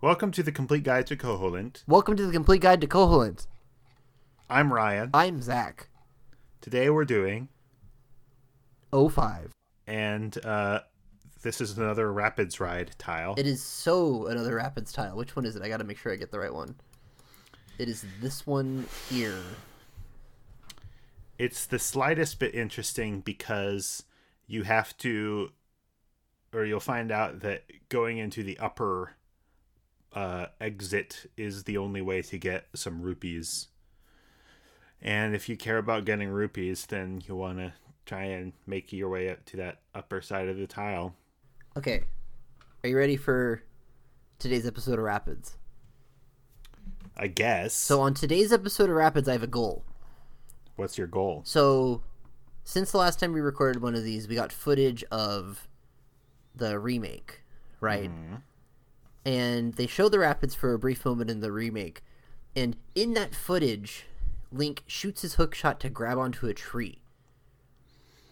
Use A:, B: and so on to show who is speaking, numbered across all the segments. A: Welcome to the Complete Guide to Koholint.
B: Welcome to the Complete Guide to Koholint.
A: I'm Ryan.
B: I'm Zach.
A: Today we're doing,
B: 05.
A: and uh, this is another Rapids Ride tile.
B: It is so another Rapids tile. Which one is it? I gotta make sure I get the right one. It is this one here.
A: It's the slightest bit interesting because you have to, or you'll find out that going into the upper uh, exit is the only way to get some rupees. And if you care about getting rupees, then you want to try and make your way up to that upper side of the tile.
B: Okay. Are you ready for today's episode of Rapids?
A: I guess.
B: So, on today's episode of Rapids, I have a goal.
A: What's your goal?
B: So, since the last time we recorded one of these, we got footage of the remake, right? And they show the rapids for a brief moment in the remake. And in that footage, Link shoots his hook shot to grab onto a tree.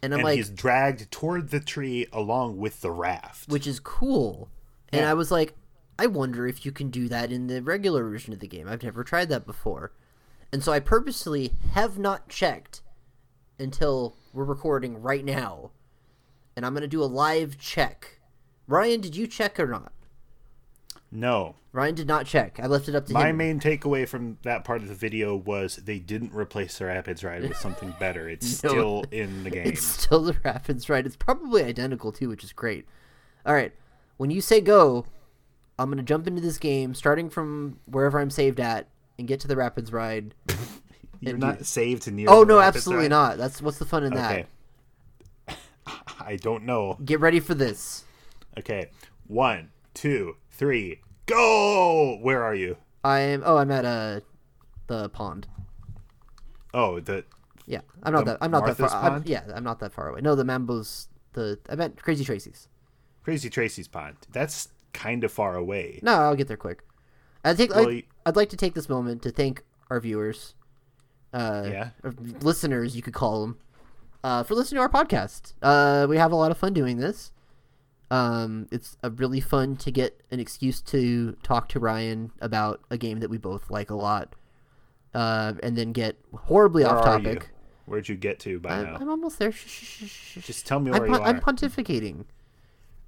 B: And I'm
A: and
B: like,
A: he's dragged toward the tree along with the raft.
B: which is cool. And
A: Yeah.
B: I was like, I wonder if you can do that in the regular version of the game. I've never tried that before. And so I purposely have not checked until we're recording right now. And I'm going to do a live check. Ryan, did you check or not?
A: no.
B: Ryan did not check. I left it up to
A: My
B: him.
A: main takeaway from that part of the video was they didn't replace the rapids ride with something better. It's
B: No.
A: still in the game.
B: It's still the Rapids right? It's probably identical too, which is great. All right, when you say go, I'm gonna jump into this game, starting from wherever I'm saved at, and get to the Rapids Ride.
A: You're not saved near.
B: Oh
A: the
B: no,
A: rapids
B: absolutely
A: ride?
B: not. That's what's the fun in
A: Okay.
B: that.
A: I don't know.
B: Get ready for this.
A: Okay, one, two, three, go! Where are you?
B: I am. Oh, I'm at uh, the pond.
A: Oh, the
B: Yeah, I'm not
A: The
B: that. I'm not that
A: Martha's
B: far. I'm,
A: Pond?
B: yeah, I'm not that far away. No, the Mambo's. The I meant Crazy Tracy's.
A: Crazy Tracy's pond. That's kind of far away.
B: No, I'll get there quick. I think
A: Well,
B: I'd,
A: you-
B: I'd like to take this moment to thank our viewers, uh,
A: Yeah.
B: or listeners, you could call them, uh, for listening to our podcast. Uh, we have a lot of fun doing this. Um, it's a really fun to get an excuse to talk to Ryan about a game that we both like a lot, uh, and then get horribly
A: Where
B: off
A: are
B: topic.
A: you? Where'd you get to by
B: I'm,
A: now?
B: I'm almost there. Shh, shh, shh, shh, shh,
A: Just
B: shh.
A: tell me
B: I'm,
A: where you
B: pon- I'm
A: are.
B: pontificating.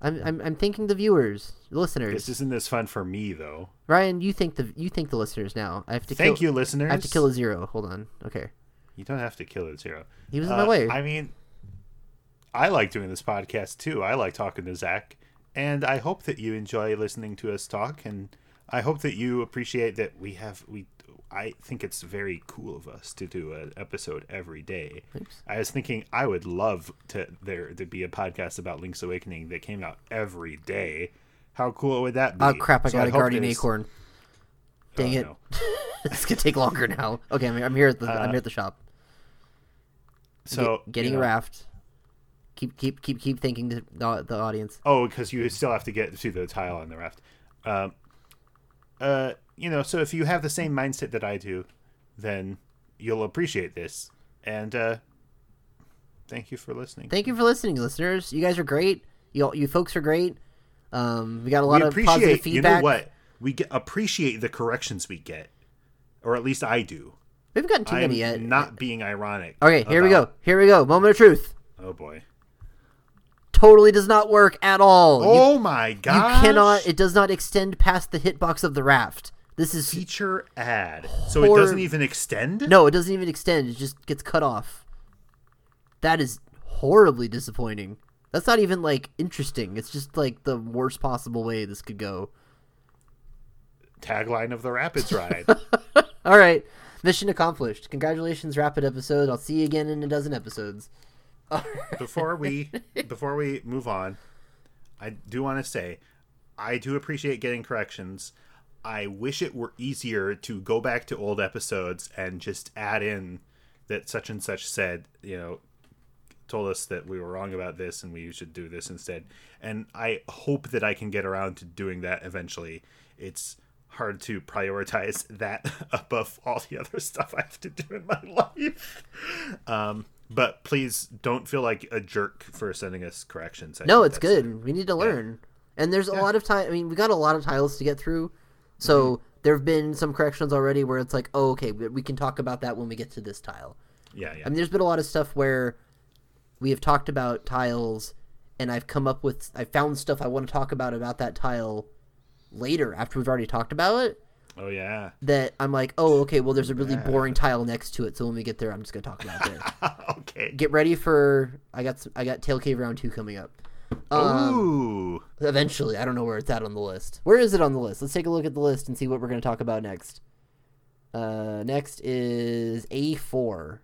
B: I'm, I'm I'm thanking the viewers, listeners.
A: This isn't as fun for me though.
B: Ryan, you think the you think the listeners now. I have to
A: Thank
B: kill,
A: you, listeners.
B: I have to kill a zero. Hold on. Okay.
A: You don't have to kill it zero. Uh,
B: He was in my way.
A: I mean, I like doing this podcast too. I like talking to Zach, and I hope that you enjoy listening to us talk. And I hope that you appreciate that we have we. I think it's very cool of us to do an episode every day. I was thinking I would love to there to be a podcast about Link's Awakening that came out every day. How cool would that be?
B: Oh crap! I
A: So
B: got a
A: hope
B: guardian
A: there's-
B: acorn. Dang
A: Oh,
B: it!
A: no.
B: it's gonna take longer now. Okay, I'm, I'm here at the I'm here at the shop.
A: Uh, So
B: Get- getting
A: you
B: a
A: know.
B: raft. Keep keep keep keep thanking the, the, the audience.
A: Oh, because you still have to get to the tile on the raft. Um, uh, you know, so if you have the same mindset that I do, then you'll appreciate this. And uh, thank you for listening.
B: Thank you for listening, listeners. You guys are great. You all- you folks are great. Um, we got a lot
A: we
B: of positive
A: appreciate. You
B: feedback.
A: know what? We get, appreciate the corrections we get, or at least I do.
B: We haven't gotten too
A: I'm
B: many yet.
A: not being ironic.
B: okay, here we go.
A: about-
B: Here we go. Moment of truth.
A: Oh boy.
B: Totally does not work at all. You-
A: Oh my god.
B: You cannot. It does not extend past the hitbox of the raft. This is
A: feature ad. So it
B: Hor-
A: doesn't even extend.
B: no. It doesn't even extend. It just gets cut off. That is horribly disappointing. That's not even like interesting. It's just like the worst possible way this could go.
A: Tagline of the Rapids ride.
B: All right, mission accomplished. Congratulations, rapid episode. I'll see you again in a dozen episodes.
A: before we before we move on, I do want to say I do appreciate getting corrections. I wish it were easier to go back to old episodes and just add in that such and such said, you know, told us that we were wrong about this and we should do this instead. And I hope that I can get around to doing that eventually. It's hard to prioritize that above all the other stuff I have to do in my life. Um, but please don't feel like a jerk for sending us corrections. I
B: No,
A: think
B: it's
A: that's-
B: good. We need to learn. And there's a lot of time. I mean, we got a lot of tiles to get through. So there have been some corrections already where it's like, oh, okay, we we can talk about that when we get to this tile.
A: Yeah, yeah.
B: I mean, there's been a lot of stuff where we have talked about tiles, and I've come up with, I found stuff I want to talk about about that tile later after we've already talked about it.
A: oh yeah.
B: That I'm like, oh, okay, well, there's a really boring tile next to it, so when we get there, I'm just gonna talk about this.
A: okay.
B: get ready for, I got, s- I got Tail Cave round two coming up. Um,
A: Ooh. Oh,
B: Eventually, I don't know where it's at on the list. Where is it on the list? Let's take a look at the list and see what we're gonna talk about next. Uh, next is A four.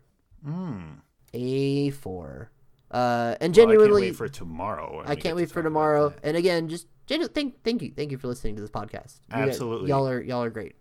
B: A four. Uh, and
A: Hmm. Well, I can't
B: genuinely,
A: wait for tomorrow.
B: I can't wait for tomorrow. And again, just genu- thank thank you thank you for listening to this podcast. You guys-
A: Absolutely.
B: y'all are y'all are great.